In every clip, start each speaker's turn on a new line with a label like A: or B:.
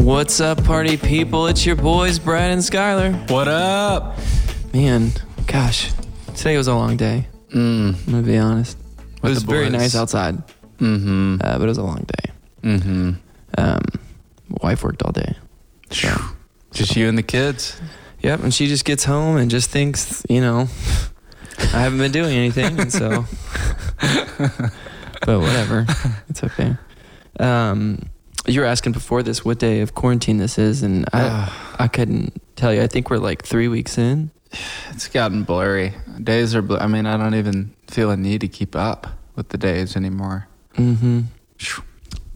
A: What's up, party people? It's your boys, Brad and Skylar.
B: What up?
A: Man, gosh, today was a long day.
B: Mm,
A: I'm gonna be honest.
B: With
A: it was
B: the
A: very
B: boys.
A: nice outside,
B: mm-hmm.
A: uh, but it was a long day.
B: Mm-hmm.
A: Um, my wife worked all day. So,
B: Just you and the kids.
A: yep, and she just gets home and just thinks, you know, I haven't been doing anything, and so. but whatever, it's okay. Um, you were asking before this what day of quarantine this is, and I
B: Ugh,
A: I couldn't tell you. I think we're like three weeks in.
B: it's gotten blurry. Days are. Bl- I mean, I don't even feel a need to keep up with the days anymore.
A: Mm-hmm.
B: Phew.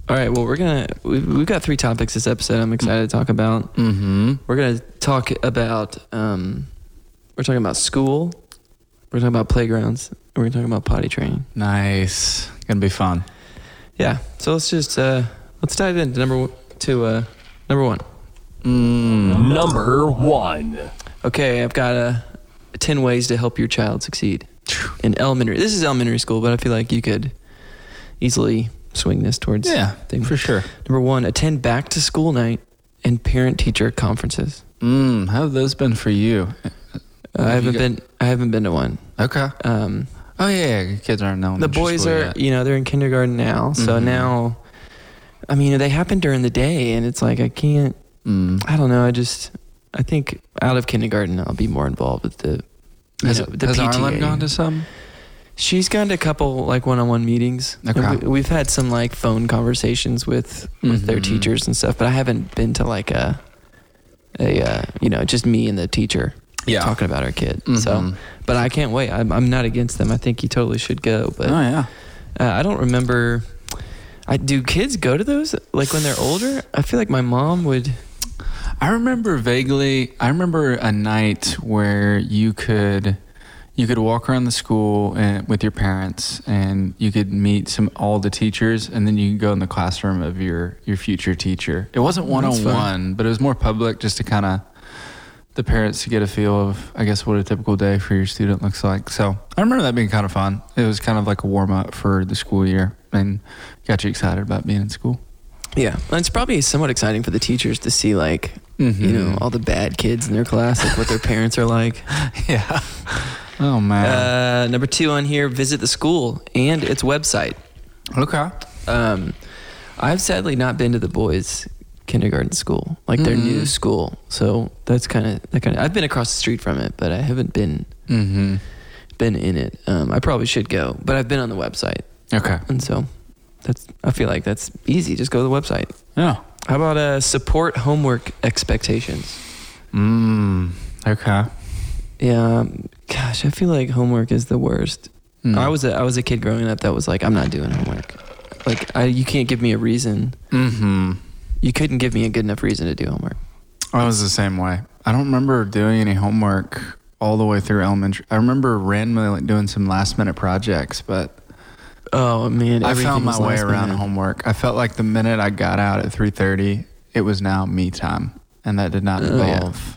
A: All right. Well, we're gonna we've, we've got three topics this episode. I'm excited to talk about.
B: Mm-hmm.
A: We're gonna talk about um, we're talking about school. We're talking about playgrounds. and We're talking about potty training.
B: Nice. Gonna be fun.
A: Yeah. So let's just uh, let's dive into number one, to uh, number one.
B: Mm.
C: Number one.
A: Okay, I've got uh, ten ways to help your child succeed in elementary. This is elementary school, but I feel like you could easily swing this towards
B: Yeah,
A: thing.
B: for sure.
A: Number one, attend back to school night and parent teacher conferences. Uh,
B: Mm, how have those been for you?
A: I
B: Have
A: haven't
B: you got-
A: been. I haven't been to one.
B: Okay.
A: Um,
B: Oh yeah, yeah, your kids aren't known.
A: the boys are, you know, they're in kindergarten now. So
B: Mhm.
A: now, I mean, they happen during the day, and it's like I can't.
B: Mm.
A: I don't know. I just, I think out of kindergarten, I'll be more involved with the. You
B: Has,
A: know, the
B: has
A: PTA.
B: Arlen gone to some?
A: She's gone to a couple like one-on-one meetings. And
B: Okay.
A: We, we've had some like phone conversations with with their
B: Mhm.
A: teachers and stuff, but I haven't been to like a a uh, you know just me and the teacher
B: Yeah.
A: talking about our kid. So,
B: Mhm.
A: but I can't wait. I'm, I'm not against them. I think you totally should go, but
B: oh yeah.
A: uh, I don't remember. I do kids go to those like when they're older? I feel like my mom would.
B: I remember vaguely. I remember a night where you could you could walk around the school and, with your parents, and you could meet some all the teachers, and then you could go in the classroom of your your future teacher. It wasn't one
A: fun.
B: on one, but it was more public, just to kind of the parents to get a feel of, I guess, what a typical day for your student looks like. So I remember that being kind of fun. It was kind of like a warm up for the school year, and got you excited about being in school.
A: Yeah, and it's probably somewhat exciting for the teachers to see like you know
B: Mm-hmm.
A: all the bad kids in their class, like what their parents are like.
B: yeah. Oh man.
A: Uh, number two on here, visit the school and its website.
B: okay.
A: Um, I've sadly not been to the boys' kindergarten school, like their new
B: Mhm.
A: school. So that's kind of that kind of. I've been across the street from it, but I haven't been
B: Mm-hmm.
A: been in it. Um, I probably should go, but I've been on the website,
B: Okay.
A: and so that's. I feel like that's easy. Just go to the website.
B: Yeah.
A: How about uh, support homework expectations?
B: Mm. Okay.
A: Yeah, um, gosh, I feel like homework is the worst. I was a, I was a kid growing up that was like, I'm not doing homework. Like, I, you can't give me a reason.
B: Mm-hmm.
A: You couldn't give me a good enough reason to do homework.
B: I was the same way. I don't remember doing any homework all the way through elementary. I remember randomly like doing some last minute projects, but
A: Oh man,
B: I
A: everything
B: found my
A: was
B: way
A: last
B: around
A: minute.
B: homework. I felt like the minute I got out at three thirty, it was now me time, and that did not
A: Oh, yeah.
B: involve.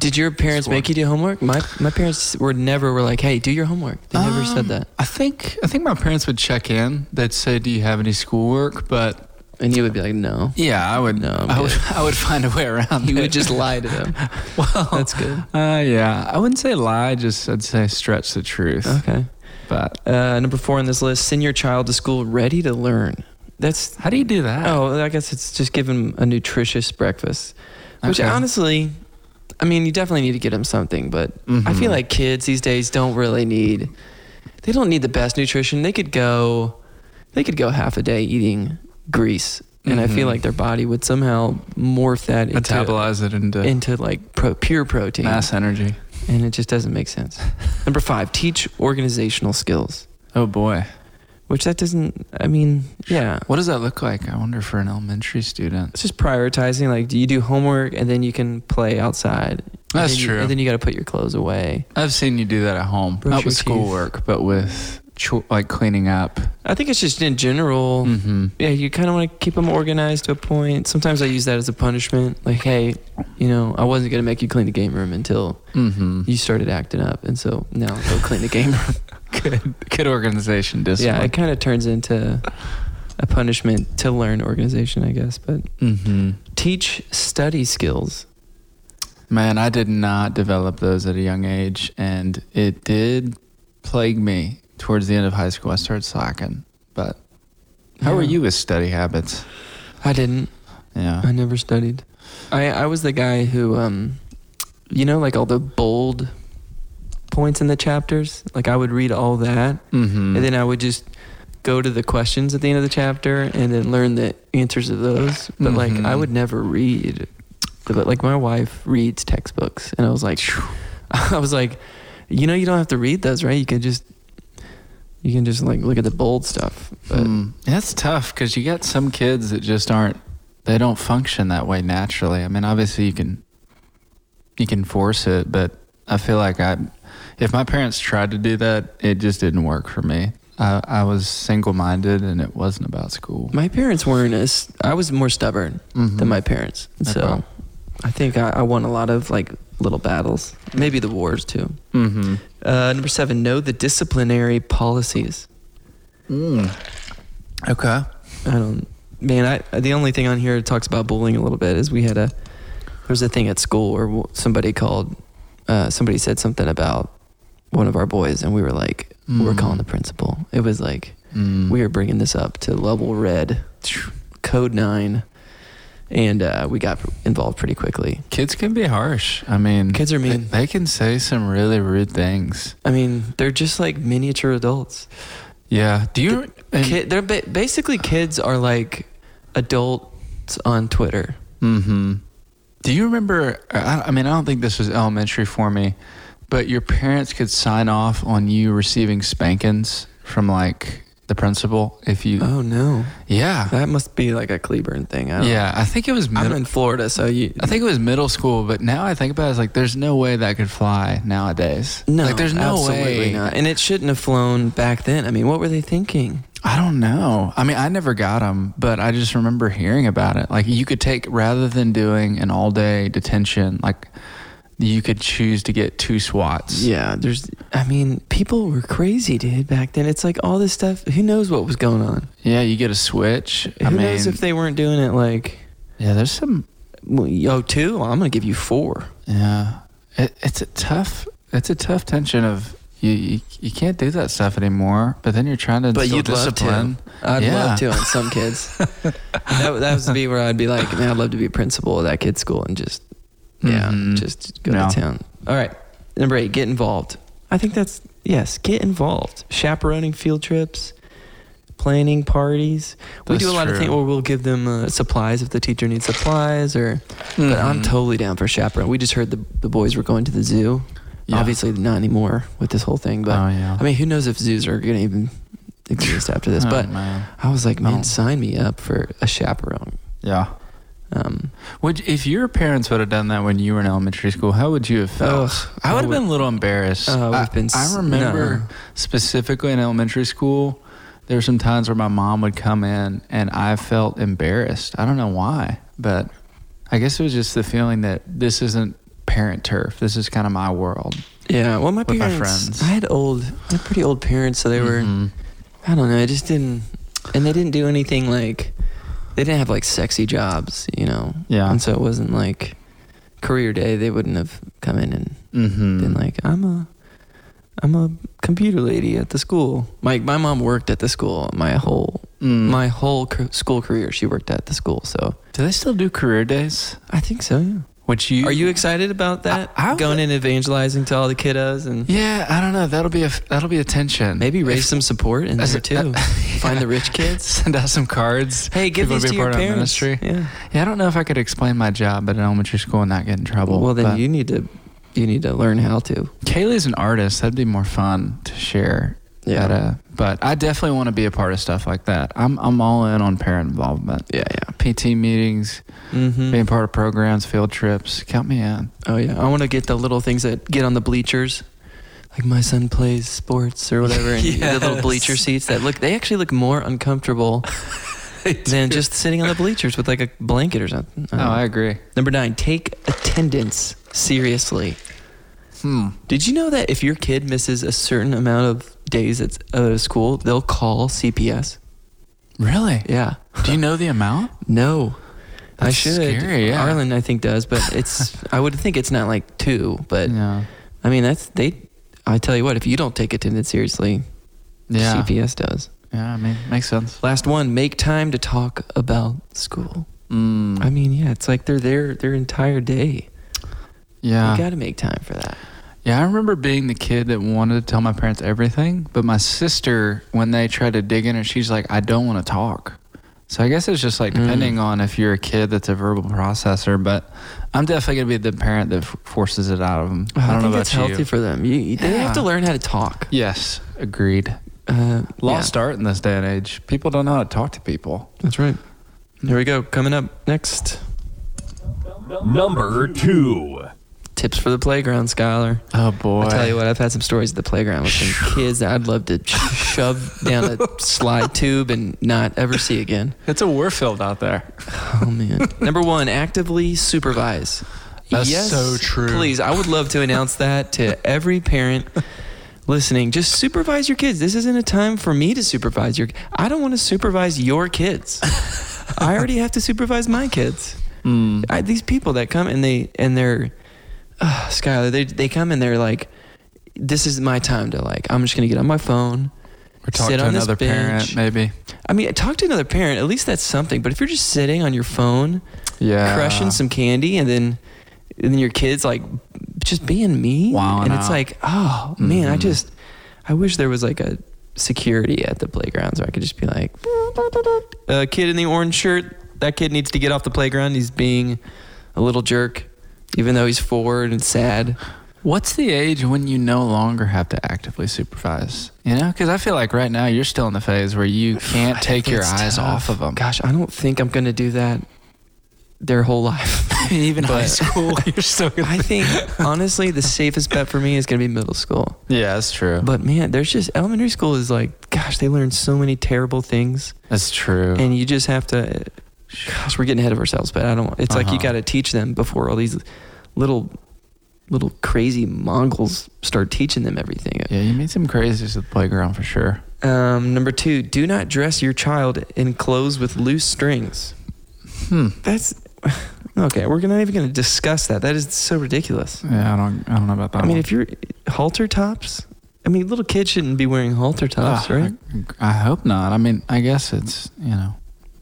A: Did your parents
B: Score.
A: make you do homework? My my parents were never were like, hey, do your homework. They never said
B: Um,
A: that,
B: I think I think my parents would check in. They'd say, "Do you have any schoolwork?" But
A: and you would be like, no.
B: yeah, I would.
A: No, I'm
B: I would.
A: good.
B: I would find a way around.
A: You
B: it.
A: would just lie to them.
B: well,
A: That's good.
B: Uh, yeah, I wouldn't say lie, just I'd say stretch the truth.
A: Okay.
B: But
A: Uh, number four on this list: send your child to school ready to learn. That's
B: how do you do that?
A: oh, I guess it's just give them a nutritious breakfast, which
B: Okay.
A: honestly, I mean, you definitely need to get them something, but I feel
B: Mhm.
A: like kids these days don't really need they don't need the best nutrition. They could go they could go half a day eating grease. And I feel
B: Mhm.
A: like their body would somehow morph that into,
B: metabolize it into
A: into like pro, pure protein.
B: mass energy.
A: And it just doesn't make sense. Number five, teach organizational skills,
B: Oh boy,
A: which that doesn't, I mean, yeah.
B: what does that look like? I wonder for an elementary student.
A: It's just prioritizing. Like, do you do homework and then you can play outside? And
B: That's
A: then you-
B: true.
A: and then you got to put your clothes away.
B: I've seen you do that at home,
A: Brush
B: not
A: your
B: with
A: teeth.
B: schoolwork, but with cho- like cleaning up.
A: I think it's just in general.
B: Mm-hmm.
A: yeah, you kind of want to keep them organized to a point. Sometimes I use that as a punishment. Like, hey, you know, I wasn't going to make you clean the game room until
B: Mm-hmm.
A: you started acting up. And so now go clean the game room.
B: Good, good organization discipline.
A: yeah, it kind of turns into a punishment to learn organization, I guess. But
B: Mm-hmm.
A: teach study skills.
B: Man, I did not develop those at a young age, and it did plague me towards the end of high school. I started slacking, but how are
A: Yeah.
B: you with study habits?
A: I didn't.
B: Yeah.
A: I never studied. I I was the guy who um, you know, like all the bold points in the chapters. Like I would read all that,
B: Mm-hmm.
A: and then I would just go to the questions at the end of the chapter and then learn the answers of those. But like I
B: Mhm.
A: would never read. But like my wife reads textbooks, and I was like, I was like, you know, you don't have to read those, right? You can just you can just like look at the bold stuff. But
B: Mm. That's tough because you got some kids that just aren't. They don't function that way naturally. I mean, obviously you can, you can force it, but I feel like I, if my parents tried to do that, it just didn't work for me. I, I was single-minded, and it wasn't about school.
A: my parents weren't as I was more stubborn. than my parents. And
B: Mm-hmm. Okay.
A: So I think I, I won a lot of like little battles, maybe the wars too.
B: Mm-hmm.
A: Uh, number seven, know the disciplinary policies.
B: Mm. Okay.
A: I don't, Um, man, I, the only thing on here that talks about bullying a little bit is we had a, there was a thing at school where w- somebody called, uh, somebody said something about one of our boys and we were like, we're
B: Mm.
A: calling the principal. It was like,
B: Mm.
A: we are bringing this up to level red, code nine. And uh, we got involved pretty quickly.
B: Kids can be harsh. I mean,
A: Kids are
B: they-
A: mean.
B: They, can say some really rude things.
A: I mean, they're just like miniature adults.
B: Yeah. Do you? and-
A: Kid, they're ba- basically kids are like adults on Twitter.
B: Mm-hmm. Do you remember? I, I mean, I don't think this was elementary for me, but your parents could sign off on you receiving spankings from like the principal if you.
A: Oh no,
B: yeah.
A: that must be like a Cleburne thing. I don't
B: Yeah. I think it was.
A: I'm
B: Middle,
A: in Florida, so you.
B: I think it was middle school, but now I think about it, it's like there's no way that could fly nowadays.
A: No,
B: like there's no
A: absolutely
B: way.
A: not. And it shouldn't have flown back then. I mean, what were they thinking?
B: I don't know. I mean, I never got them, but I just remember hearing about it. Like you could take rather than doing an all-day detention, like you could choose to get two SWATs.
A: Yeah, there's. I mean, people were crazy, dude, back then. It's like all this stuff. Who knows what was going on?
B: Yeah, you get a switch.
A: Who
B: I mean,
A: knows if they weren't doing it like,
B: yeah, there's some.
A: well, yo, two? Well, I'm gonna give you four.
B: Yeah, it, it's a tough. It's a tough tension of you, you. You can't do that stuff anymore. But then you're trying to.
A: But
B: instill
A: you'd love to.
B: discipline.
A: I'd
B: Yeah.
A: love to on some kids. that, that would be where I'd be like, man, I'd love to be a principal of that kid's school and just, yeah,
B: Mhm.
A: just go
B: Yeah.
A: to town. All right. Number eight, get involved. I think that's, yes, get involved. Chaperoning field trips, planning parties. we do a
B: That's
A: lot of
B: true.
A: things where we'll give them uh, supplies if the teacher needs supplies or, but I'm
B: Mhm.
A: totally down for chaperone. We just heard the, the boys were going to the zoo.
B: Yeah.
A: Obviously, not anymore with this whole thing, but
B: oh yeah.
A: I mean, who knows if zoos are going to even exist after this,
B: Oh,
A: but.
B: man.
A: I was like, man,
B: No.
A: sign me up for a chaperone.
B: yeah.
A: Um,
B: Would if your parents would have done that when you were in elementary school, how would you have felt?
A: Ugh,
B: I
A: I
B: would have
A: would-
B: been a little embarrassed.
A: Oh, I would
B: I,
A: have been
B: I
A: s-
B: remember
A: no.
B: specifically in elementary school, there were some times where my mom would come in and I felt embarrassed. I don't know why, but I guess it was just the feeling that this isn't parent turf. This is kind of my world.
A: yeah. Well, my
B: With my
A: parents,
B: friends.
A: I had old, I had pretty old parents, so they were,
B: Mhm.
A: I don't know, I just didn't, and they didn't do anything like, they didn't have like sexy jobs, you know.
B: Yeah.
A: And so it wasn't like career day. They wouldn't have come in and
B: Mhm.
A: been like, I'm a, I'm a computer lady at the school. My my mom worked at the school my whole
B: Mm.
A: my whole ca- school career. She worked at the school, so
B: Do they still do career days?
A: I think so. Yeah.
B: Which you
A: Are you excited about that?
B: I- I would-
A: Going and evangelizing to all the kiddos and
B: Yeah, I don't know. That'll be a that'll be a tension.
A: maybe raise some support in
B: As
A: there
B: a-
A: too. Find the rich kids.
B: send out some cards.
A: Hey, give
B: People
A: these to
B: be a
A: your
B: part of
A: parents.
B: ministry.
A: Yeah.
B: Yeah, I don't know if I could explain my job at an elementary school and not get in trouble.
A: Well, then
B: but
A: you need to you need to learn how to.
B: Kaylee's an artist. That'd be more fun to share.
A: Yeah.
B: At a, but I definitely want to be a part of stuff like that. I'm I'm all in on parent involvement.
A: Yeah, yeah.
B: PT meetings,
A: Mm-hmm.
B: being part of programs, field trips. Count me in.
A: Oh yeah. I want to get the little things that get on the bleachers. Like my son plays sports or whatever, and the little
B: Yes.
A: bleacher seats that look they actually look more uncomfortable than just sitting on the bleachers with like a blanket or something. I
B: Oh,
A: don't know.
B: I agree.
A: Number nine, take attendance seriously.
B: Hmm.
A: Did you know that if your kid misses a certain amount of days at uh, school, they'll call CPS?
B: Really?
A: Yeah.
B: Do you know the amount?
A: No. I
B: That's
A: should.
B: scary, yeah.
A: Arlen, I think does, but it's. I would think it's not like two, but
B: No.
A: I mean that's they. I tell you what, if you don't take attendance seriously,
B: Yeah.
A: CPS does.
B: Yeah. I mean, makes sense.
A: Last one, make time to talk about school.
B: Hmm. Mm.
A: I mean, yeah, it's like they're there their entire day.
B: yeah.
A: You got to make time for that.
B: Yeah, I remember being the kid that wanted to tell my parents everything, but my sister, when they tried to dig in her, she's like, I don't want to talk. So I guess it's just
A: Mm.
B: like depending on if you're a kid that's a verbal processor, but I'm definitely going to be the parent that f- forces it out of them. I don't
A: think
B: know about
A: that's healthy
B: you.
A: for them. You, you- They have to
B: Yeah.
A: learn how to talk.
B: yes, agreed.
A: Uh,
B: Lost art in this day and age. People don't know how to talk to people.
A: That's right. Here we go. Coming up next,
C: Number two.
A: tips for the playground, Skylar.
B: Oh boy!
A: I tell you what, I've had some stories at the playground with some kids that I'd love to shove down a slide tube and not ever see again.
B: it's a war field out there.
A: Oh man. Number one, actively supervise.
B: That's so true.
A: Please, I would love to announce that to every parent listening. Just supervise your kids. This isn't a time for me to supervise your. I don't want to supervise your kids. I already have to supervise my kids. I, these people that come and they and they're, uh, Skylar, they they come and they're like, this is my time to like. I'm just gonna get on my phone.
B: Or talk
A: Sit
B: to
A: on this
B: another
A: bench.
B: parent, maybe.
A: I mean, talk to another parent. At least that's something. But if you're just sitting on your phone,
B: Yeah.
A: crushing some candy, and then and then your kids like just being mean,
B: Wowing
A: and it's
B: out. Mm-hmm.
A: like, oh man, I just I wish there was like a security at the playground so I could just be like, a kid in the orange shirt. That kid needs to get off the playground. He's being a little jerk, even though he's four and sad.
B: What's the age when you no longer have to actively supervise? You know, because I feel like right now you're still in the phase where you can't take your
A: It's
B: eyes
A: tough.
B: off of them.
A: Gosh, I don't think I'm gonna do that their whole life.
B: Even
A: high
B: school, you're still gonna.
A: I think honestly, the safest bet for me is going to be middle school.
B: yeah, that's true.
A: But man, there's just elementary school is like, gosh, they learn so many terrible things,
B: that's true.
A: and you just have to. Gosh, we're getting ahead of ourselves, but I don't. It's like you
B: Uh-huh.
A: got to teach them before all these little, little crazy Mongols start teaching them everything.
B: yeah, you meet some crazies at the playground for sure.
A: Um, number two, do not dress your child in clothes with loose strings.
B: Hmm.
A: That's okay. We're not even going to discuss that. That is so ridiculous.
B: Yeah, I don't. I don't know about that.
A: I mean,
B: one.
A: if you're halter tops, I mean, little kids shouldn't be wearing halter tops,
B: Ah,
A: right?
B: I, I hope not. I mean, I guess it's you know,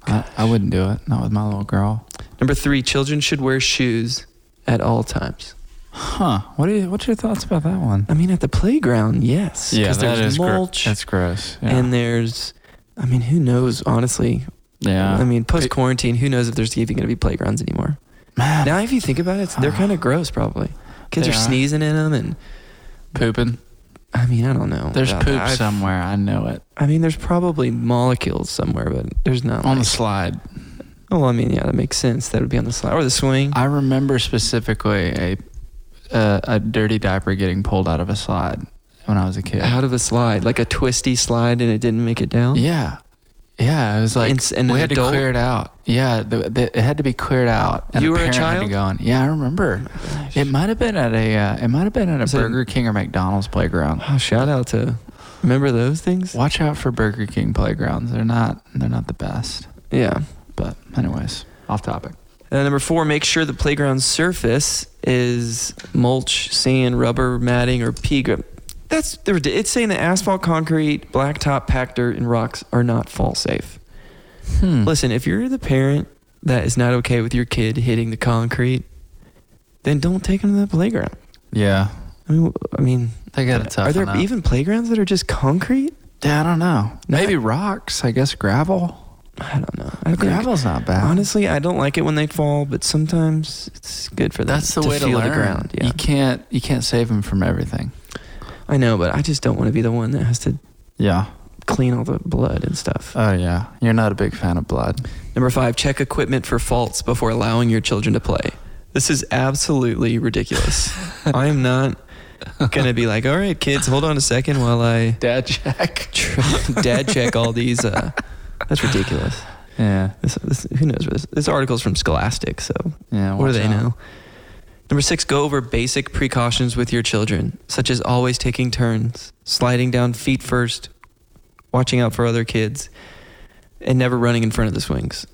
B: I, I wouldn't do it. Not with my little girl.
A: Number three, children should wear shoes at all times.
B: Huh? What do you? What's your thoughts about that one?
A: I mean, at the playground, yes, because
B: that
A: there's
B: is gro-
A: mulch
B: that's gross. Yeah.
A: and there's, I mean, who knows? Honestly,
B: yeah.
A: I mean, post quarantine, who knows if there's even going to be playgrounds anymore?
B: man,
A: Now, if you think about it, it's- they're kind of gross, probably. Kids
B: They
A: are
B: are.
A: sneezing in them, and
B: pooping.
A: I mean, I don't know.
B: There's
A: about that.
B: poop
A: I've-
B: somewhere. I know it.
A: I mean, there's probably molecules somewhere, but there's not.
B: on
A: like-
B: the slide.
A: Oh, I mean, yeah, that makes sense. That would be on the slide or the swing.
B: I remember specifically a a, a dirty diaper getting pulled out of a slide when I was a kid.
A: out of a slide, like a twisty slide, and it didn't make it down.
B: yeah, yeah. It was like
A: And s- and
B: we
A: an
B: had
A: adult-
B: to clear it out. Yeah, the, the, it had to be cleared out. And
A: You were a
B: parent had to
A: child?
B: go on. Yeah, I
A: Oh
B: remember. it might have been at a. Uh, it might have been at a
A: Was it-
B: Burger King or McDonald's playground.
A: Oh, shout out to remember those things.
B: Watch out for Burger King playgrounds. They're not. They're not the best.
A: Yeah.
B: But anyways, off topic.
A: Uh, number four, make sure the playground surface is mulch, sand, rubber, matting, or pea grip. That's the rid- it's saying that asphalt, concrete, blacktop, packed dirt, and rocks are not fall safe.
B: Hmm.
A: Listen, if you're the parent that is not okay with your kid hitting the concrete, then don't take them to the playground.
B: Yeah,
A: I mean, w- I mean,
B: they got it tough.
A: are there even playgrounds that are just concrete?
B: Yeah, I don't know.
A: No,
B: Maybe rocks. I guess gravel.
A: I don't know. I think-
B: Gravel's not bad.
A: Honestly, I don't like it when they fall, but sometimes it's good for them.
B: that's the way to
A: feel
B: learn.
A: the ground. Yeah,
B: You can't you can't save them from everything.
A: I know, but I just don't want to be the one that has to
B: Yeah.
A: clean all the blood and stuff.
B: Oh yeah. You're not a big fan of blood.
A: Number five, check equipment for faults before allowing your children to play. This is absolutely ridiculous. I am not gonna be like, all right, kids, hold on a second while I
B: Dad check.
A: tr- dad check all these. Uh, that's ridiculous.
B: Yeah.
A: This, this, who knows where this? This article's from Scholastic, so
B: Yeah.
A: What do
B: watch
A: they
B: out.
A: know? Number six, go over basic precautions with your children, such as always taking turns, sliding down feet first, watching out for other kids, and never running in front of the swings.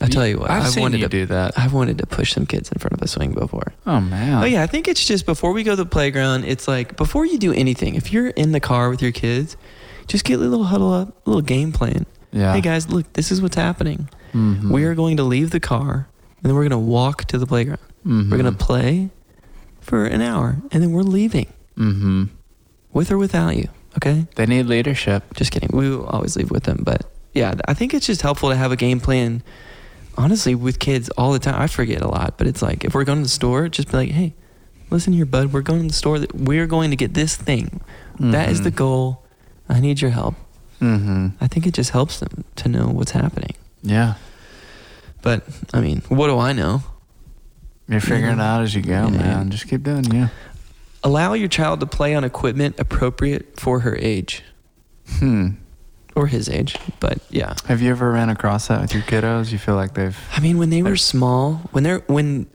A: I tell you what,
B: I've,
A: I've,
B: seen
A: wanted
B: you
A: to
B: do that.
A: I've wanted to push some kids in front of a swing before.
B: Oh man.
A: Oh yeah, I think it's just before we go to the playground, it's like before you do anything, if you're in the car with your kids, just get a little huddle up, a little game plan.
B: Yeah.
A: Hey guys, look, this is what's happening.
B: Mhm.
A: We are going to leave the car and then we're going to walk to the playground. We're going
B: Mhm.
A: to play for an hour and then we're leaving
B: Mhm.
A: with or without you, okay?
B: They need leadership.
A: Just kidding. We will always leave with them, but yeah, I think it's just helpful to have a game plan. Honestly, with kids all the time, I forget a lot, but it's like if we're going to the store, just be like, "Hey, listen here, bud. We're going to the store. That we're going to get this thing. That is
B: Mhm.
A: the goal. I need your help."
B: Mhm.
A: I think it just helps them to know what's happening.
B: Yeah.
A: But I mean, what do I know?
B: You're figuring it out as you go,
A: Yeah.
B: man. Just keep doing you.
A: Allow your child to play on equipment appropriate for her age
B: Hmm.
A: or his age. But yeah,
B: Have you ever ran across that with your kiddos? You feel like they've
A: I mean, when they were small, when they're when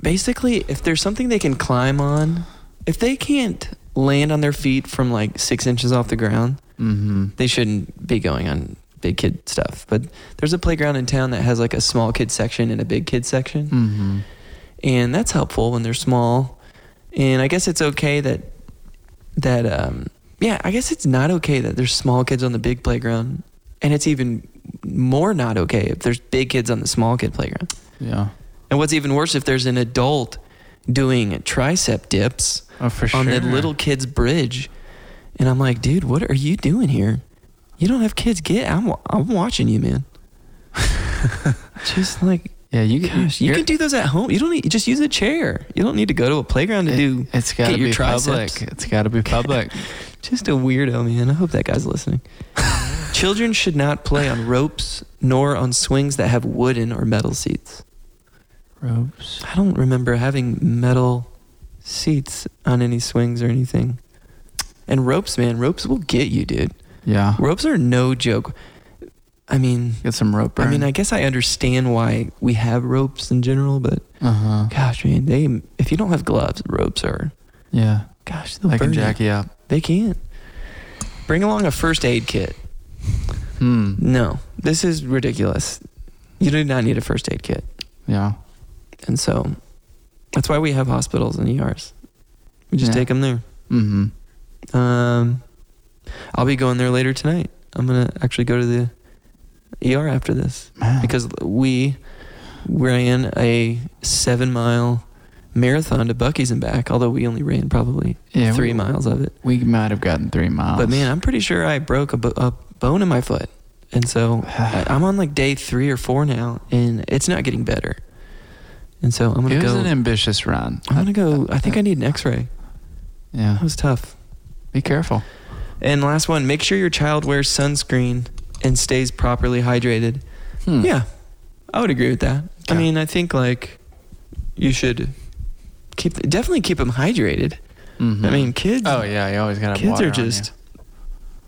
A: basically if there's something they can climb on, if they can't land on their feet from like six inches off the ground,
B: mm-hmm.
A: they shouldn't be going on big kid stuff. But there's a playground in town that has like a small kid section and a big kid section,
B: Mm-hmm.
A: and that's helpful when they're small. And I guess it's okay that that um yeah, I guess it's not okay that there's small kids on the big playground, and it's even more not okay if there's big kids on the small kid playground.
B: Yeah.
A: And what's even worse, if there's an adult doing tricep dips
B: Oh, for
A: on the
B: sure.
A: little kid's bridge, and I'm like, dude, what are you doing here? You don't have kids. Get, I'm, wa- I'm watching you, man. just like,
B: Yeah, you can.
A: gosh, you
B: you're-
A: can do those at home. You don't need, just use a chair. You don't need to go to a playground to do.
B: It, has got to
A: get your
B: be
A: triceps.
B: public. It's got to be public.
A: Just a weirdo, man. I hope that guy's listening. Children should not play on ropes nor on swings that have wooden or metal seats.
B: Ropes.
A: I don't remember having metal seats on any swings or anything. And ropes, man, ropes will get you, dude.
B: Yeah.
A: Ropes are no joke. I mean,
B: Get some rope burn.
A: I mean, I guess I understand why we have ropes in general, but
B: Uh huh.
A: gosh, man, they if you don't have gloves, ropes are
B: Yeah.
A: gosh, they'll
B: They
A: burn
B: can
A: you.
B: jack you up.
A: They can't. Bring along a first aid kit.
B: Hmm.
A: No, this is ridiculous. You do not need a first aid kit.
B: Yeah.
A: And so that's why we have hospitals and ERs. We just
B: Yeah.
A: take 'em take them there.
B: Mm-hmm.
A: Um, I'll be going there later tonight. I'm gonna actually go to the ER after this
B: Man.
A: because we ran a seven mile marathon to Bucky's and back. Although we only ran probably
B: yeah,
A: three
B: we,
A: miles of it.
B: We might have gotten three miles.
A: But man, I'm pretty sure I broke a, bo- a bone in my foot, and so I- I'm on like day three or four now, and it's not getting better. And so I'm gonna
B: it was
A: go.
B: an Uh-huh. ambitious run.
A: I'm gonna go. I think I need an X-ray. That
B: yeah.
A: was tough.
B: Be careful.
A: And last one, make sure your child wears sunscreen and stays properly hydrated.
B: Hmm.
A: Yeah, I would agree with that. I
B: Okay.
A: mean, I think like you should keep definitely keep them hydrated.
B: Mhm.
A: I mean, kids.
B: Oh yeah, you always gotta. have
A: kids
B: water
A: are
B: on you.
A: just.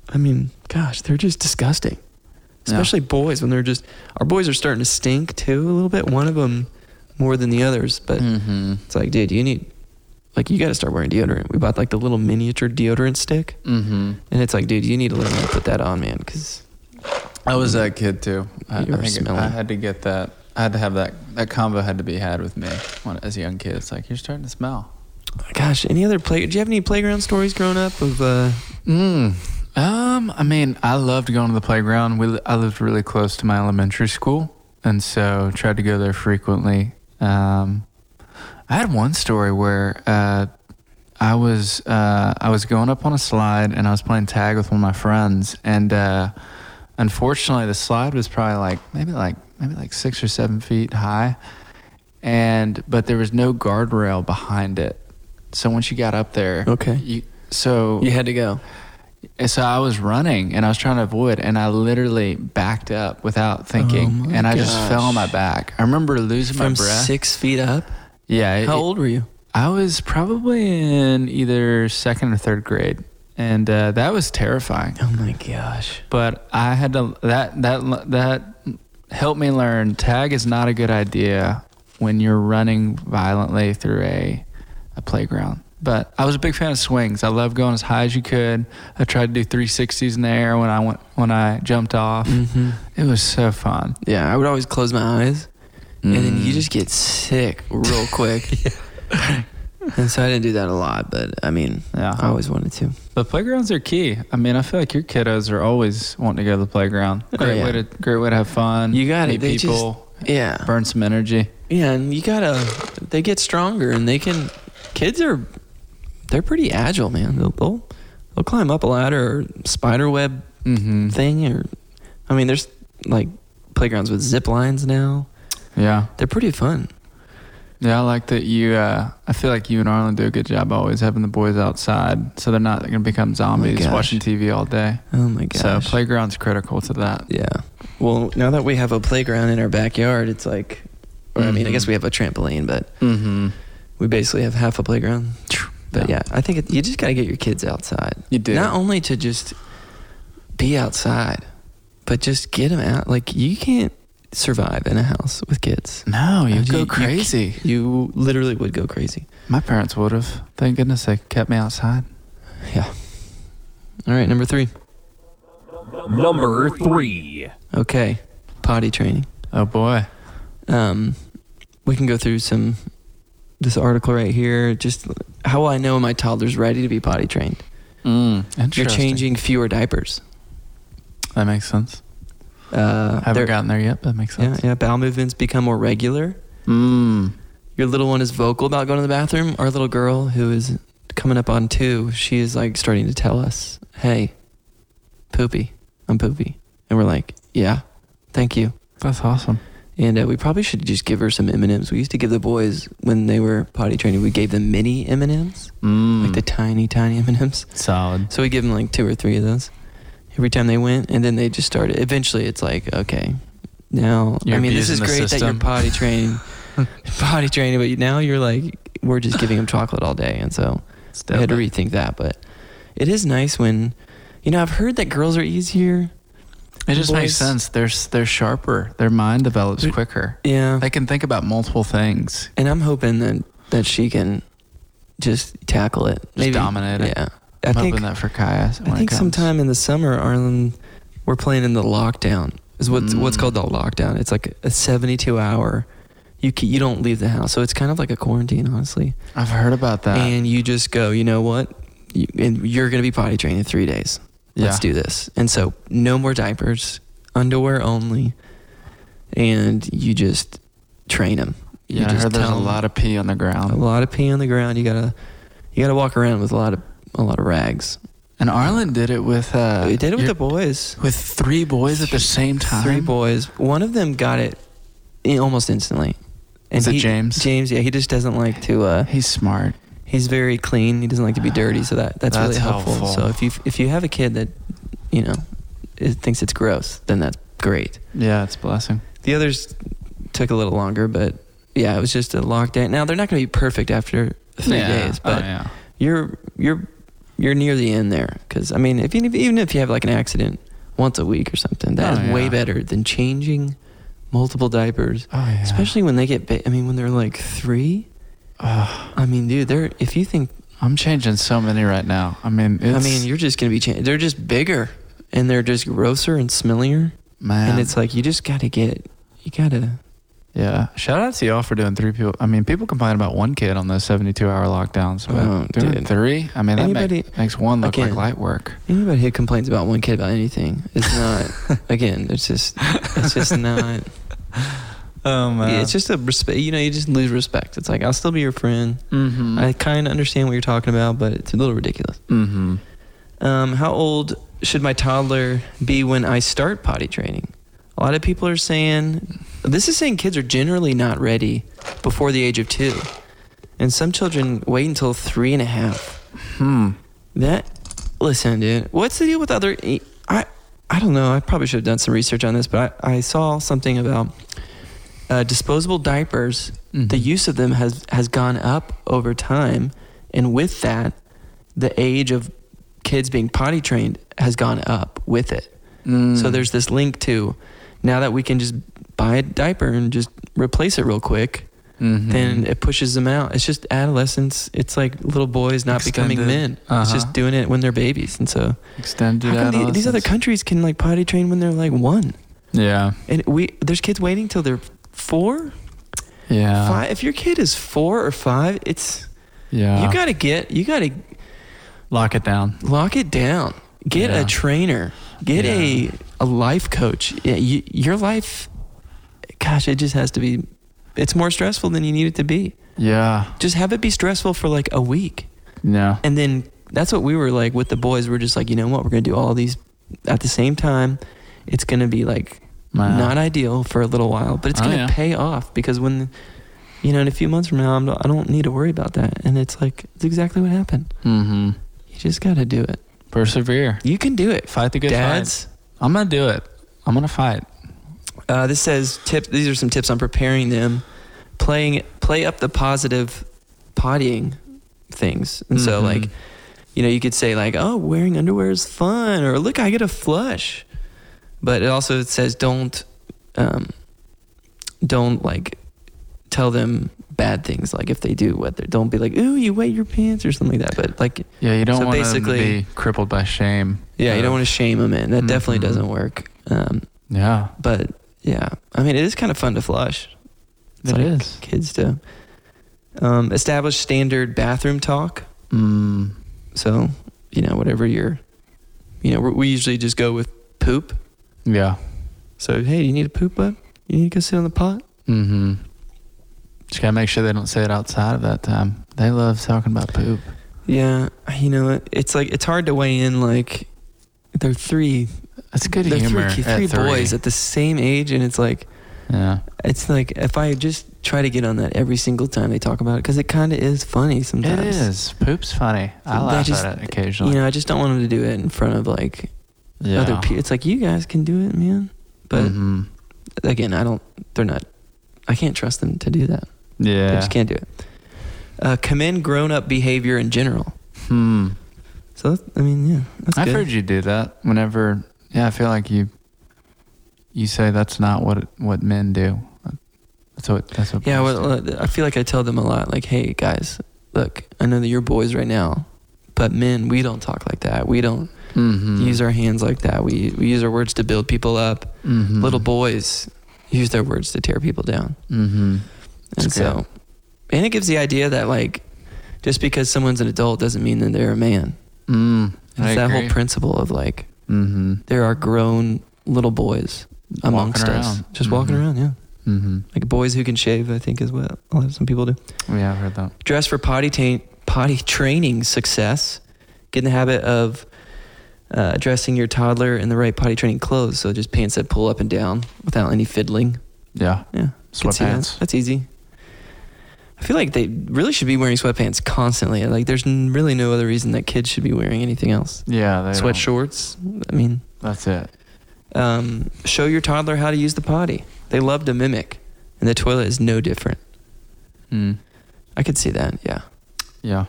A: I mean, gosh, they're just disgusting.
B: Yeah.
A: Especially boys when they're just our boys are starting to stink too a little bit. One of them more than the others, but
B: Mhm.
A: it's like, dude, you need like you got to start wearing deodorant. We bought like the little miniature deodorant stick.
B: Mhm.
A: And it's like, dude, you need to learn how to put that on, man, because
B: I was that kid too. I, I
A: You were
B: think I
A: smelling.
B: had to get that. I had to have that. That combo had to be had with me when, as a young kid. It's like you're starting to smell.
A: gosh, any other play? Do you have any playground stories growing up of? uh
B: Mm. Um. I mean, I loved going to the playground. We I lived really close to my elementary school, and so tried to go there frequently. Um, I had one story where uh, I was uh, I was going up on a slide and I was playing tag with one of my friends, and uh, unfortunately, the slide was probably like maybe like maybe like six or seven feet high, and but there was no guardrail behind it. So once you got up there,
A: Okay.
B: you, so
A: You had to go.
B: and so I was running and I was trying to avoid, and I literally backed up without thinking,
A: Oh my
B: and I just
A: gosh.
B: fell on my back. I remember losing
A: From
B: my breath.
A: six feet up.
B: yeah, it-
A: How old were you?
B: I was probably in either second or third grade, and uh, that was terrifying.
A: Oh my gosh.
B: But I had to that that that helped me learn tag is not a good idea when you're running violently through a a playground. But I was a big fan of swings. I loved going as high as you could. I tried to do 360s in the air when I went when I jumped off.
A: Mm-hmm.
B: It was so fun.
A: Yeah, I would always close my eyes, and then you
B: Mm.
A: just get sick real quick. And so I didn't do that a lot, but I mean,
B: yeah.
A: I always wanted to.
B: But playgrounds are key. I mean, I feel like your kiddos are always wanting to go to the playground. Great
A: Oh, yeah.
B: way to great way to have fun.
A: You got it.
B: meet
A: They just-
B: people,
A: Yeah,
B: burn some energy.
A: yeah, and you gotta. They get stronger, and they can. Kids are, they're pretty agile, man. They'll they'll, they'll climb up a ladder or spider web
B: Mm-hmm.
A: thing, or I mean, there's like playgrounds with zip lines now.
B: Yeah,
A: They're pretty fun.
B: yeah. I like that you. Uh, I feel like you and Arlen do a good job always having the boys outside, so they're not going to become zombies
A: Oh gosh.
B: watching TV all day.
A: Oh my gosh.
B: So playground's critical to that.
A: Yeah. Well, now that we have a playground in our backyard, it's like, or I mean, I
B: Mhm.
A: guess we have a trampoline, but
B: Mm-hmm.
A: we basically have half a playground. But yeah,
B: Yeah.
A: I think it, you just got to get your kids outside.
B: You do.
A: Not only to just be outside, but just get them out. Like, you can't survive in a house with kids.
B: no, you
A: And
B: Oh, go
A: you- you-
B: crazy.
A: You literally would go crazy.
B: My parents would have. Thank goodness they kept me outside.
A: All right, number three.
C: Number three.
A: Okay, potty training.
B: Oh boy.
A: um, we can go through some this article right here. Just how will I know my toddler's ready to be potty trained?
B: Mm. Interesting.
A: You're changing fewer diapers.
B: That makes sense.
A: Uh,
B: Haven't
A: they're-
B: gotten there yet. But that makes
A: yeah,
B: sense.
A: yeah. Bowel movements become more regular.
B: Mm.
A: Your little one is vocal about going to the bathroom. Our little girl, who is coming up on two, she is like starting to tell us, "Hey, poopy, I'm poopy," and we're like, "Yeah, thank you."
B: That's awesome.
A: And uh, we probably should just give her some M and M's. We used to give the boys when they were potty training, we gave them mini M and M's.
B: Mm.
A: like the tiny, tiny M&Ms.
B: solid.
A: So we give them like two or three of those every time they went, and then they just started. Eventually, it's like, okay, now
B: You're
A: I mean, this
B: abusing
A: is
B: the
A: great that you're
B: system.
A: potty trained, potty trained, but now you're like, we're just giving them chocolate all day, and so I had to rethink that. But it is nice when, you know, I've heard that girls are easier.
B: it just makes
A: Boys-
B: sense. They're s- they're sharper. Their mind develops
A: They're-
B: quicker.
A: Yeah,
B: They can think about multiple things.
A: and I'm hoping that that she can just tackle it, maybe
B: dominate it.
A: Yeah, I
B: I'm
A: think
B: hoping that for Kaya. when
A: I
B: it
A: think
B: comes.
A: sometime in the summer, Arlen, we're playing in the lockdown. Is what's what's
B: Mm.
A: called the lockdown. It's like a seventy-two hour. You ca- you don't leave the house, so it's kind of like a quarantine, honestly.
B: I've heard about that.
A: and you just go. You know what? You, and you're gonna be potty trained in three days. Let's
B: Yeah.
A: do this. And so no more diapers, underwear only, and you just train them.
B: yeah, I heard there's a lot of pee on the
A: a
B: ground.
A: lot of pee on the ground. You gotta you gotta walk around with a lot of a lot of rags.
B: And Arlen did it with. Uh,
A: we did it with the
B: your-
A: boys.
B: with three boys at the same time.
A: Three boys. One of them got it i- almost instantly.
B: Is it
A: he-
B: James?
A: James, yeah, he just doesn't like to. Uh,
B: He's smart.
A: he's very clean. He doesn't like to be dirty, so that that's, really
B: That's
A: helpful.
B: helpful.
A: So if you if you have a kid that, you know, is, thinks it's gross, then that's great.
B: Yeah, it's a blessing.
A: The others took a little longer, but yeah, it was just a lockdown. Now they're not going to be perfect after three days, but
B: yeah. oh,
A: you're you're you're near the end there because I mean, if you, even if you have like an accident once a week or something, that is
B: Oh,
A: way
B: yeah.
A: better than changing multiple diapers.
B: Oh yeah.
A: Especially when they get, ba- I mean, when they're like three.
B: Ugh,
A: I mean, dude, they're if you think,
B: I'm changing so many right now. I mean, it's,
A: I mean, you're just gonna be, cha- they're just bigger and they're just grosser and smellier,
B: man.
A: and it's like you just gotta get, you gotta,
B: Yeah. Shout out to y'all for doing three people. I mean, people complain about one kid on those 72 hour lockdowns, but
A: Oh,
B: doing
A: dude.
B: three? I mean, that make-
A: Anybody-
B: makes one look
A: again.
B: like light work.
A: anybody who complains about one kid about anything is not, again, it's just, it's just not.
B: Oh, man.
A: Yeah, it's just a respect. You know, you just lose respect. It's like I'll still be your friend.
B: mm-hmm.
A: I kind of understand what you're talking about, but it's a little ridiculous.
B: mm-hmm.
A: Um, how old should my toddler be when I start potty training? A lot of people are saying this is saying kids are generally not ready before the age of two, and some children wait until three and a half.
B: Hmm.
A: That listen, dude. What's the deal with other? e, I I don't know. I probably should have done some research on this, but I, I saw something about uh, disposable diapers. The
B: Mhm.
A: use of them has has gone up over time, and with that, the age of kids being potty trained has gone up with it.
B: Mm.
A: So there's this link to now that we can just buy a diaper and just replace it real quick.
B: Mhm.
A: then it pushes them out. It's just adolescence. It's like little boys not becoming men.
B: Extended.
A: It's
B: Uh-huh.
A: just doing it when they're babies. And so
B: extended
A: how come the- these other
B: adolescence.
A: countries can like potty train when they're like one,
B: yeah,
A: and we there's kids waiting till they're four,
B: yeah,
A: five. If your kid is four or five, it's
B: yeah.
A: you gotta get you gotta
B: lock it down.
A: lock it down. Get
B: Yeah.
A: a trainer. Get
B: Yeah.
A: a a life coach. Yeah, you, your life, gosh, it just has to be. It's more stressful than you need it to be.
B: Yeah,
A: Just have it be stressful for like a week.
B: no,
A: And then that's what we were like with the boys. We're just like, you know what? We're going to do all these at the same time. It's going to be like
B: Wow.
A: not ideal for a little while, but it's
B: Oh,
A: going to
B: yeah.
A: pay off because when, you know, in a few months from now, I'm, I don't need to worry about that. And it's like, it's exactly what happened.
B: mm-hmm.
A: You just got to do it.
B: Persevere.
A: You can do it.
B: Fight the good
A: Dads,
B: fight. I'm gonna do it. I'm gonna fight.
A: uh, this says tip. These are some tips on preparing them. Playing, play up the positive pottying things. And so
B: Mhm.
A: like, you know, you could say like, oh, wearing underwear is fun, or look, I get a flush. But it also says don't, um, don't like tell them bad things. Like if they do what they don't be like, ooh, you wet your pants or something like that. But like,
B: Yeah, you don't
A: So
B: want them
A: basically-
B: to be crippled by shame.
A: yeah, you don't want to shame them in. That definitely
B: Mhm.
A: doesn't work. Um,
B: to. Yeah,
A: but yeah, I mean, it is kind of fun to flush. It's
B: it
A: like
B: is.
A: kids do. Um, establish standard bathroom talk.
B: Mm.
A: So, you know, whatever your, you know, we- we usually just go with poop.
B: Yeah.
A: So, hey, do you need to poop up? You need to go sit on the pot?
B: Mm-hmm. Just gotta make sure they don't say it outside of that time. They love talking about poop.
A: Yeah, you know, it's like it's hard to weigh in. Like, they're three,
B: That's good
A: they're
B: humor.
A: three,
B: at
A: three boys
B: three.
A: at the same age, and it's like,
B: yeah.
A: it's like if I just try to get on that every single time they talk about it, because it kind of is funny sometimes.
B: It is. Poop's funny. I
A: They
B: laugh
A: just-
B: at it
A: You
B: occasionally.
A: know, I just don't want them to do it in front of like
B: yeah.
A: other people. It's like you guys can do it, man. But
B: Mhm.
A: again, I don't. They're not. I can't trust them to do that. They
B: yeah.
A: just can't do it. Uh, commend grown-up behavior in general.
B: Hmm.
A: So that's- I mean, yeah, that's
B: I've
A: good.
B: heard you do that whenever. Yeah, I feel like you. You say that's not what what men do. That's what. That's what.
A: yeah,
B: boys
A: well, uh, I feel like I tell them a lot. Like, hey guys, look, I know that you're boys right now, but men, we don't talk like that. We don't
B: do. Mhm.
A: use our hands like that. We we use our words to build people up.
B: Mhm.
A: Little boys use their words to tear people down.
B: Mm-hmm.
A: And
B: That's
A: so, and it gives the idea that like, just because someone's an adult doesn't mean that they're a man.
B: Mm.
A: It's that whole principle of like,
B: mm-hmm.
A: there are grown little boys amongst us, just walking around. Yeah,
B: Mm-hmm.
A: like boys who can shave. I think is what a lot of some people do.
B: Yeah, I've heard that.
A: Dress for potty ta- potty training success. Get in the habit of uh, dressing your toddler in the right potty training clothes. So just pants that pull up and down without any fiddling.
B: Yeah.
A: Yeah, Could see that.
B: Sweatpants.
A: That's easy. I feel like they really should be wearing sweatpants constantly. Like, there's n- really no other reason that kids should be wearing anything else.
B: Yeah. They
A: Sweat
B: don't-
A: shorts. I mean,
B: That's it.
A: um, show your toddler how to use the potty. They love to mimic, and the toilet is no different.
B: Mm.
A: I could see that. Yeah.
B: Yeah.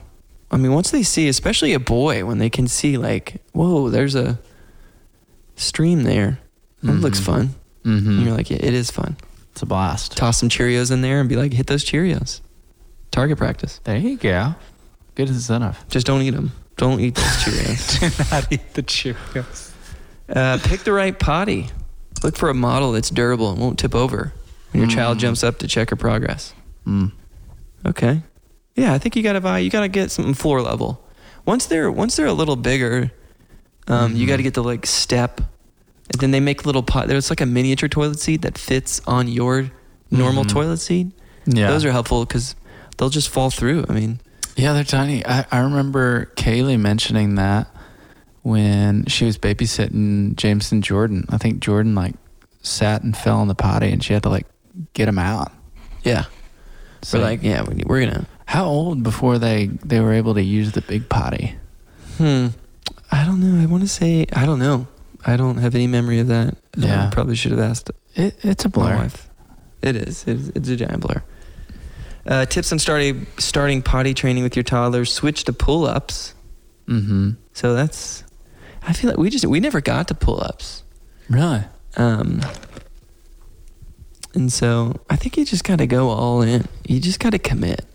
A: I mean, once they see, especially a boy, when they can see, like, whoa, there's a stream there. That looks
B: Mhm.
A: fun.
B: Mm-hmm.
A: And you're like, yeah, it is fun.
B: it's a blast.
A: Toss some Cheerios in there and be like, hit those Cheerios. Target practice.
B: There you go. Good incentive.
A: Just don't eat them. Don't eat those Cheerios.
B: not eat the Cheerios.
A: uh, pick the right potty. Look for a model that's durable and won't tip over when your child jumps up to check her progress.
B: Mm.
A: Okay. Yeah, I think you gotta buy. You gotta get something floor level. Once they're once they're a little bigger, um,
B: Mm-hmm.
A: you gotta get the like step. And then they make little pot. There's like a miniature toilet seat that fits on your normal toilet seat.
B: Mm-hmm. Yeah.
A: Those are helpful because they'll just fall through. I mean,
B: Yeah, they're tiny. I, I remember Kaylee mentioning that when she was babysitting Jameson Jordan. I think Jordan like sat and fell in the potty and she had to like get him out.
A: yeah.
B: So
A: we're like, yeah, we- we're gonna.
B: how old before they they were able to use the big potty?
A: Hmm. I don't know. I want to say I don't know. I don't have any memory of that. Um,
B: Yeah.
A: probably should have asked
B: It, it's a
A: my
B: blur.
A: wife. It is. It is it's a giant blur. Uh, tips on starting starting potty training with your toddler. Switch to pull ups.
B: Mm-hmm.
A: So that's. I feel like we just we never got to pull ups.
B: Really?
A: Um, And so I think you just got to go all in. You just got to commit.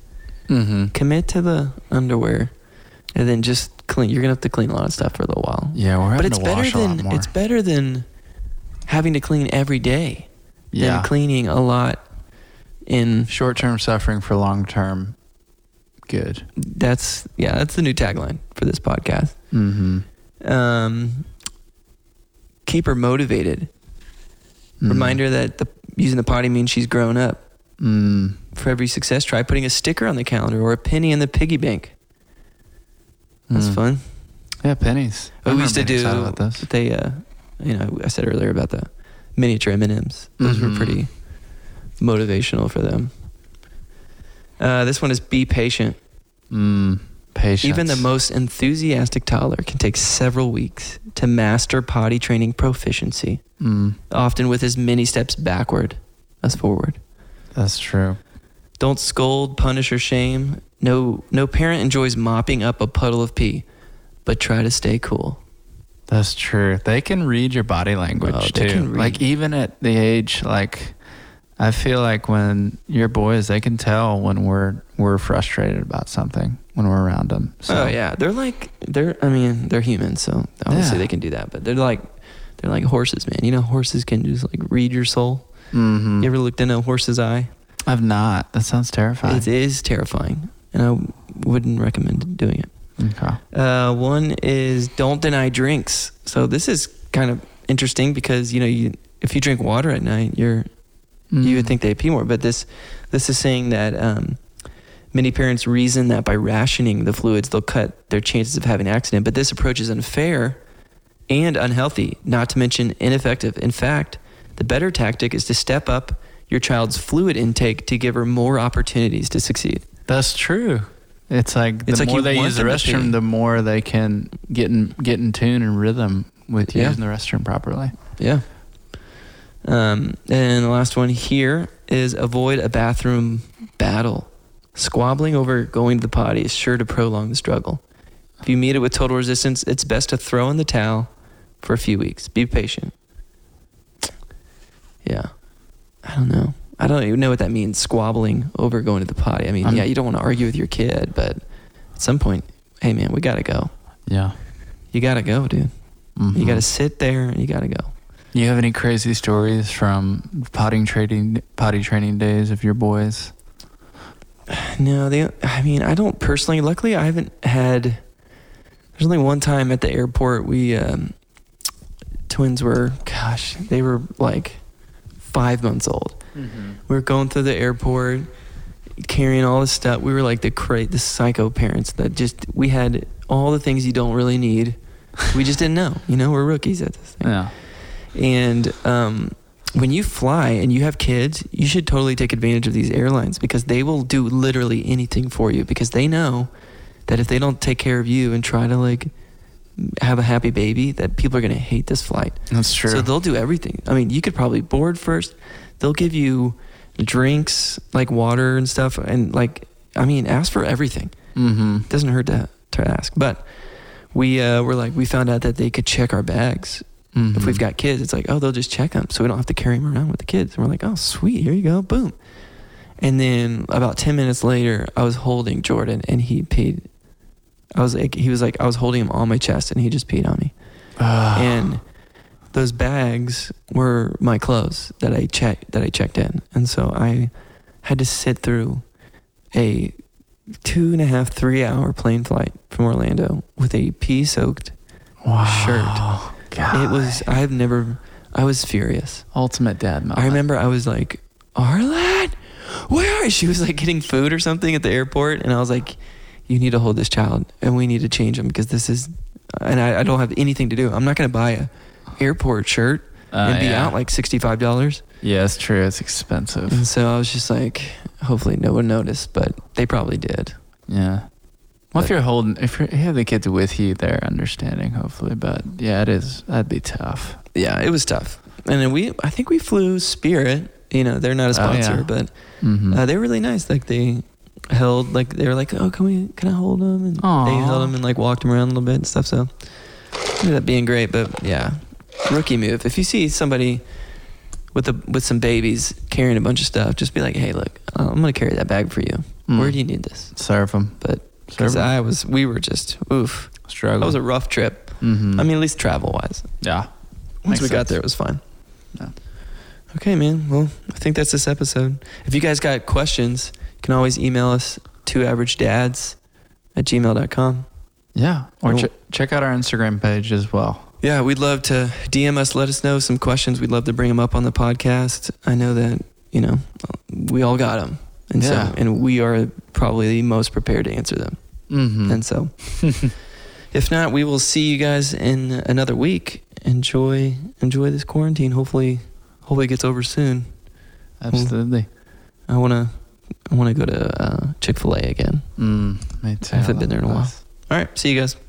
B: Mm-hmm.
A: Commit to the underwear and then just clean. You're going to have to clean a lot of stuff for a little while.
B: Yeah, we're having
A: But it's
B: to wash
A: better
B: a lot
A: than
B: more.
A: it's better than having to clean every day
B: yeah,
A: than cleaning a lot in
B: short-term suffering for long-term good.
A: that's yeah, that's the new tagline for this podcast.
B: Mm-hmm.
A: Um keep her motivated.
B: Mm-hmm.
A: Reminder that the using the potty means she's grown up.
B: Mm.
A: For every success, try putting a sticker on the calendar or a penny in the piggy bank. That's
B: Mm.
A: fun.
B: Yeah, pennies.
A: Oh, we
B: I've never
A: used to
B: been excited
A: do-
B: about this.
A: They, uh, you know, I said earlier about the miniature M and M's. Those
B: Mhm.
A: were pretty motivational for them. Uh, this one is be patient.
B: Mm, patience.
A: Even the most enthusiastic toddler can take several weeks to master potty training proficiency,
B: Mm,
A: often with as many steps backward as forward.
B: that's true.
A: Don't scold, punish, or shame. No, no parent enjoys mopping up a puddle of pee, but try to stay cool.
B: That's true. They can read your body language
A: Oh,
B: too.
A: they can read.
B: Like even at the age, like I feel like when your boys, they can tell when we're we're frustrated about something when we're around them. So
A: oh yeah, they're like they're. I mean, they're human, so obviously
B: Yeah.
A: they can do that. But they're like they're like horses, man. You know, horses can just like read your soul.
B: hmm
A: You ever looked in a horse's eye?
B: I've not. That sounds terrifying.
A: It is terrifying, and I wouldn't recommend doing it.
B: Okay.
A: Uh, one is don't deny drinks. So this is kind of interesting because you know you if you drink water at night, you're you would
B: Mm.
A: think they pee more but this this is saying that um, many parents reason that by rationing the fluids they'll cut their chances of having an accident but this approach is unfair and unhealthy not to mention ineffective in fact the better tactic is to step up your child's fluid intake to give her more opportunities to succeed
B: That's true. It's like the
A: It's like
B: more
A: you
B: they
A: want
B: use the
A: them to pee.
B: restroom, the more they can get in get in tune and rhythm with
A: Yeah.
B: using the restroom properly.
A: yeah um, and the last one here is avoid a bathroom battle squabbling over going to the potty is sure to prolong the struggle If you meet it with total resistance, it's best to throw in the towel for a few weeks. Be patient. Yeah. I don't know. I don't even know what that means, squabbling over going to the potty. I mean,
B: I'm-
A: yeah, you don't want to argue with your kid, but at some point, hey, man, we got to go.
B: Yeah.
A: You got to go, dude.
B: Mhm.
A: You got to sit there and you got to go.
B: You have any crazy stories from potting trading potty training days of your boys?
A: No, they, I mean, I don't personally, luckily, I haven't had, there's only one time at the airport we, um, twins were, gosh, they were like five months old. We were going through the airport, carrying all this stuff. We were like the cra- the psycho parents that just we had all the things you don't really need. We just didn't know. You know, we're rookies at this thing.
B: Yeah.
A: And um, when you fly and you have kids, you should totally take advantage of these airlines because they will do literally anything for you because they know that if they don't take care of you and try to like have a happy baby, that people are gonna hate this flight.
B: That's true.
A: So they'll do everything. I mean, you could probably board first. They'll give you drinks like water and stuff, and like I mean, ask for everything.
B: mm-hmm.
A: It doesn't hurt to to ask. But we uh, were like, we found out that they could check our bags if
B: Mm-hmm.
A: we've got kids. It's like, oh, they'll just check them, so we don't have to carry them around with the kids. And we're like, oh, sweet, here you go, boom. And then about ten minutes later, I was holding Jordan, and he peed. I was like, he was like, I was holding him on my chest, and he just peed on me
B: Ah.
A: and those bags were my clothes that I checked that I checked in, and so I had to sit through a two and a half three hour plane flight from Orlando with a pee soaked.
B: wow. God.
A: It was I've never I was furious.
B: ultimate dad moment.
A: I remember I was like, Arlen, where are she was like getting food or something at the airport, and I was like, you need to hold this child, and we need to change him because this is, and I, I don't have anything to do. I'm not gonna buy a airport shirt
B: Uh,
A: and be
B: yeah.
A: out like sixty-five dollars.
B: yeah, it's true. It's expensive.
A: And so I was just like, hopefully no one noticed, but they probably did.
B: Yeah. Well,
A: But-
B: if you're holding, if you're, you have the kids with you, they're understanding, hopefully. But yeah, it is. That'd be tough.
A: Yeah, it was tough. And then we, I think we flew Spirit. You know, they're not a
B: Oh, yeah.
A: sponsor, but
B: Mm-hmm.
A: uh, they were really nice. Like they held, like they were like, oh, can we, can I hold them? And they
B: Aw.
A: held them and like walked them around a little bit and stuff. So ended up being great. But yeah, rookie move. If you see somebody with a with some babies carrying a bunch of stuff, just be like, hey, look, uh, I'm gonna carry that bag for you.
B: Mm.
A: Where do you need this?
B: Serve them.
A: But because I was, we were just oof.
B: Struggle.
A: That was a rough trip.
B: Mhm.
A: I mean, at least travel wise.
B: yeah.
A: Once
B: Makes
A: we got
B: sense.
A: there, it was fine.
B: Yeah.
A: Okay, man. Well, I think that's this episode. If you guys got questions, you can always email us two average dads at gmail.com.
B: Yeah. Or
A: Oh.
B: ch- check out our Instagram page as well.
A: Yeah, we'd love to DM us. Let us know some questions. We'd love to bring them up on the podcast. I know that you know we all got them, and
B: Yeah.
A: so and we are probably the most prepared to answer them.
B: Mm-hmm.
A: And so, if not, we will see you guys in another week. Enjoy, enjoy this quarantine. Hopefully, hopefully it gets over soon.
B: Absolutely.
A: I wanna, I wanna go to uh, Chick Fil A again.
B: Mm, me too.
A: I haven't
B: love
A: been there in a while.
B: this.
A: All right, see you guys.